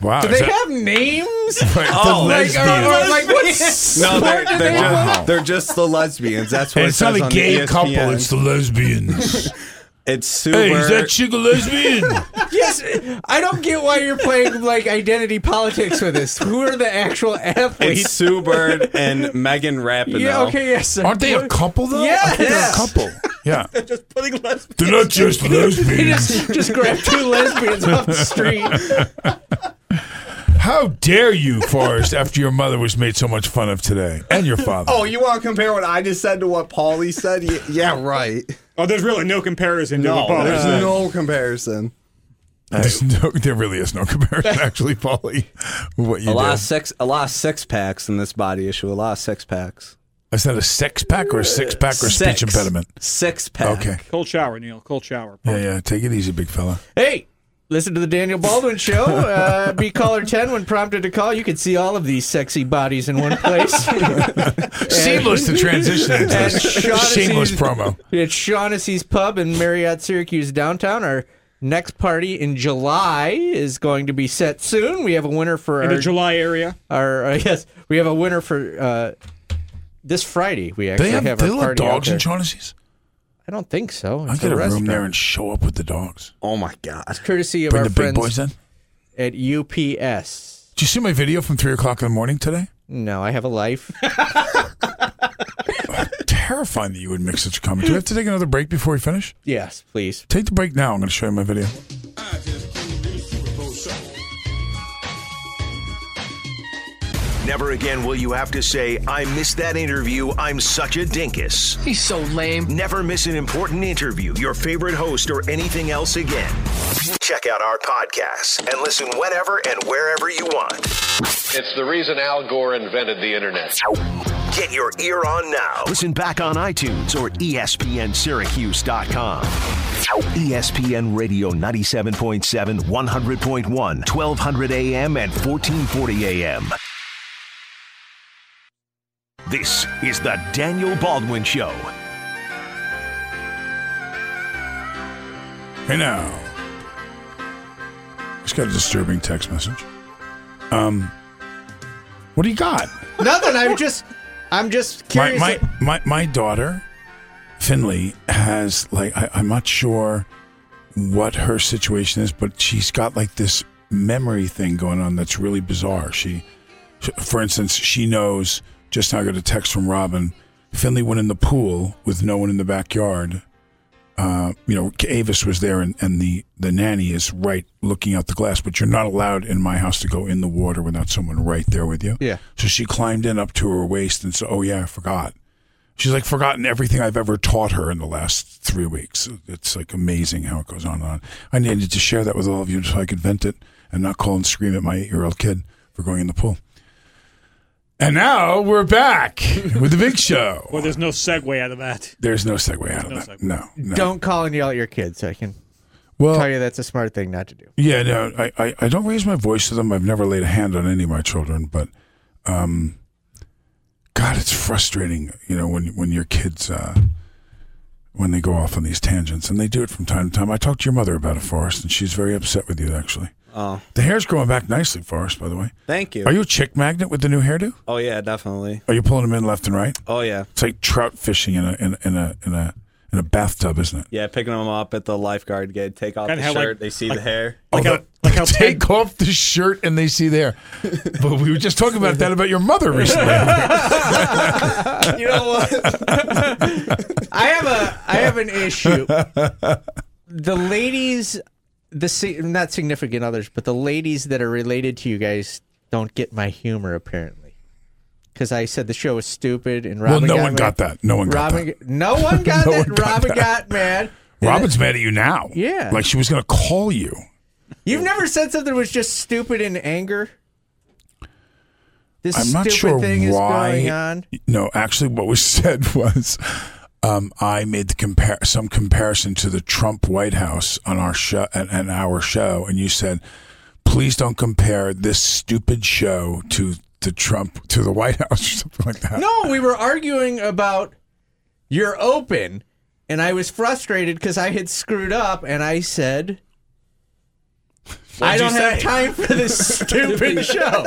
S6: Wow.
S12: Do
S6: is
S12: they
S6: that-
S12: have names?
S6: Right, the
S11: Oh,
S12: Like, or,
S6: lesbian.
S12: or like what
S11: no,
S12: sport
S11: they're,
S12: do
S11: they're,
S12: they play?
S11: just, they're just the lesbians. That's what
S6: And
S11: it
S6: it's not
S11: says
S6: a
S11: on E
S6: gay
S11: ESPN.
S6: couple. It's the lesbians.
S11: It's super.
S6: hey, is that chick a lesbian?
S12: Yes, I don't get why you're playing like identity politics with this. Who are the actual
S11: it's
S12: athletes?
S11: Sue Bird and Megan Rapinoe.
S12: yeah, okay, yes, sir.
S6: Aren't they a couple though? I think they're a
S12: Yes.
S6: couple. Yeah.
S13: Just putting lesbians.
S6: They're not just
S12: They
S6: lesbians.
S12: just, just grab two lesbians off the street.
S6: How dare you, Forrest, after your mother was made so much fun of today and your father?
S11: Oh, you want to compare what I just said to what Paulie said? Y- Yeah, right.
S13: Oh, there's really no comparison to Uh,
S11: No,
S13: what Paul
S11: there's
S13: is.
S11: no comparison.
S6: There's no- there really is no comparison, actually, Paulie. with What you
S11: A lot of
S6: did?
S11: six, a lot of six packs in this body issue. A lot of six packs.
S6: Is that a sex pack or a six pack or a
S11: Six.
S6: speech impediment?
S11: Six pack.
S6: Okay.
S13: Cold shower, Neil. Cold shower.
S6: Yeah, yeah. Take it easy, big fella.
S12: Hey, listen to the Daniel Baldwin show. Uh, be caller 10 when prompted to call. You can see all of these sexy bodies in one place.
S6: Seamless to transition into
S12: and
S6: this shameless
S12: Shaughnessy's-
S6: promo.
S12: It's Shaughnessy's Pub in Marriott, Syracuse downtown. Our next party in July is going to be set soon. We have a winner for
S13: In
S12: our,
S13: the July area.
S12: our uh, yes, we have a winner for uh, this Friday. We actually
S6: They have,
S12: have
S6: they
S12: our
S6: let
S12: party out
S6: dogs in
S12: there.
S6: Shaughnessy's?
S12: I don't think so.
S6: I
S12: It's a
S6: get a room
S12: restaurant.
S6: there and show up with the dogs.
S11: Oh my god.
S12: courtesy of
S6: Bring
S12: our
S6: the big
S12: friends
S6: boys in.
S12: at UPS.
S6: Did you see my video from three o'clock in the morning today?
S12: No, I have a life.
S6: Terrifying that you would make such a comment. Do we have to take another break before we finish?
S12: yes, please.
S6: Take the break now. I'm going to show you my video.
S10: Never again will you have to say, I missed that interview. I'm such a dinkus.
S16: He's so lame.
S10: Never miss an important interview, your favorite host, or anything else again. Check out our podcasts and listen whenever and wherever you want.
S20: It's the reason Al Gore invented the internet.
S10: Get your ear on now. Listen back on iTunes or ESPNSyracuse.com. E ESPN Radio 97.7, 100.1, 1200 AM and 1440 AM. This is the Daniel Baldwin Show.
S6: Hey now. Just got a disturbing text message. Um, what do you got?
S12: Nothing. I'm just, I'm just
S6: My my,
S12: curious.
S6: my my daughter Finley has like I, I'm not sure what her situation is, but she's got like this memory thing going on that's really bizarre. She, she- for instance, she knows just now. I got a text from Robin. Finley went in the pool with no one in the backyard. Uh, you know, Avis was there, and, and the the nanny is right looking out the glass. But you're not allowed in my house to go in the water without someone right there with you.
S12: Yeah.
S6: So she climbed in up to her waist and said, "Oh yeah, I forgot." She's like forgotten everything I've ever taught her in the last three weeks. It's like amazing how it goes on and on. I needed to share that with all of you so I could vent it and not call and scream at my eight year old kid for going in the pool. And now we're back with the big show.
S21: Well, there's no segue out of that.
S6: There's no segue out of
S21: No
S6: that.
S21: segue.
S6: No, no.
S12: Don't call and yell at your kids. I can
S6: Well-
S12: tell you that's a smart thing not to do.
S6: Yeah, no, I, I, I don't raise my voice to them. I've never laid a hand on any of my children, but um, God, it's frustrating, you know, when when your kids uh, when they go off on these tangents, and they do it from time to time. I talked to your mother about it, Forrest, and she's very upset with you. Actually,
S11: Oh,
S6: the hair's growing back nicely, Forrest. By the way,
S11: thank you.
S6: Are you a chick magnet with the new hairdo?
S11: Oh yeah, definitely.
S6: Are you pulling them in left and right?
S11: Oh yeah,
S6: It's like trout fishing in a in, a- in a in a in a bathtub, isn't it?
S11: yeah. Picking them up at the lifeguard gate. Take off
S6: Kinda
S11: the
S6: how,
S11: shirt.
S6: like-
S11: they see
S6: like-
S11: the hair.
S6: Like how, take off the shirt and they see there. But we were just talking about that about your mother recently.
S12: you know what? I have a I have an issue. The ladies, the si- not significant others, but the ladies that are related to you guys don't get my humor apparently, because I said the show was stupid and
S6: Well,
S12: Robin.
S6: no
S12: got
S6: one
S12: mad.
S6: got that. No one got
S12: Robin that. No one got
S6: No
S12: that.
S6: one got
S12: Robin
S6: that.
S12: got mad.
S6: Robin's mad at you now.
S12: Yeah.
S6: Like she was going to call you.
S12: You've never said something that was just stupid in anger. This
S6: I'm not
S12: stupid
S6: sure
S12: thing is
S6: why.
S12: going on.
S6: No, actually, what was said was um, I made the compar- some comparison to the Trump White House on our show and, and our show, and you said, "Please don't compare this stupid show to the Trump to the White House or something like that."
S12: No, we were arguing about you're open, and I was frustrated because I had screwed up, and I said, I don't
S6: you
S12: have
S6: say?
S12: time for this stupid show.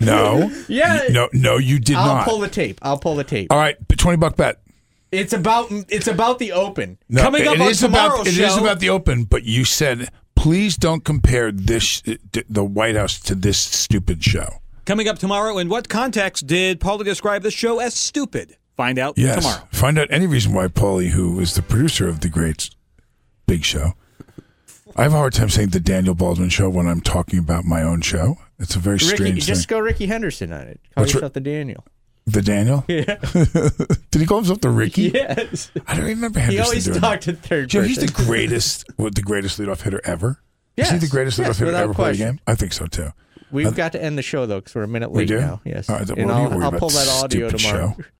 S6: No.
S12: Yeah.
S6: No, no, you did
S12: I'll
S6: not.
S12: pull the tape. I'll pull the tape.
S6: All right, but twenty buck bet.
S12: It's about it's about the open
S6: No, it- it is about, It is about the open, but you said please don't compare this uh, the White House to this stupid show.
S2: Coming up tomorrow, in what context did Paulie describe the show as stupid? Find out
S6: Yes.
S2: tomorrow.
S6: Find out any reason why Paulie, who is the producer of the great Big Show, I have a hard time saying the Daniel Baldwin Show when I'm talking about my own show. It's a very
S12: Ricky,
S6: strange
S12: just
S6: thing.
S12: go Ricky Henderson on it. Call
S6: What's your-
S12: yourself the Daniel.
S6: the Daniel?
S12: Yeah.
S6: Did he call himself the Ricky?
S12: Yes.
S6: I don't remember
S12: He
S6: Henderson.
S12: always
S6: doing
S12: talked
S6: that.
S12: in third
S6: Joe, he's the
S12: person.
S6: greatest, what, the greatest leadoff hitter ever. Is he
S12: Yes.
S6: the greatest
S12: Yes,
S6: leadoff hitter
S12: without
S6: ever play the
S12: question.
S6: game? I think so too.
S12: We've got to end the show though because we're a minute
S6: We
S12: late
S6: do
S12: now. Yes,
S6: All right, then
S12: and
S6: what do you
S12: I'll,
S6: worry
S12: I'll
S6: about
S12: pull that audio
S6: stupid
S12: tomorrow.
S6: show?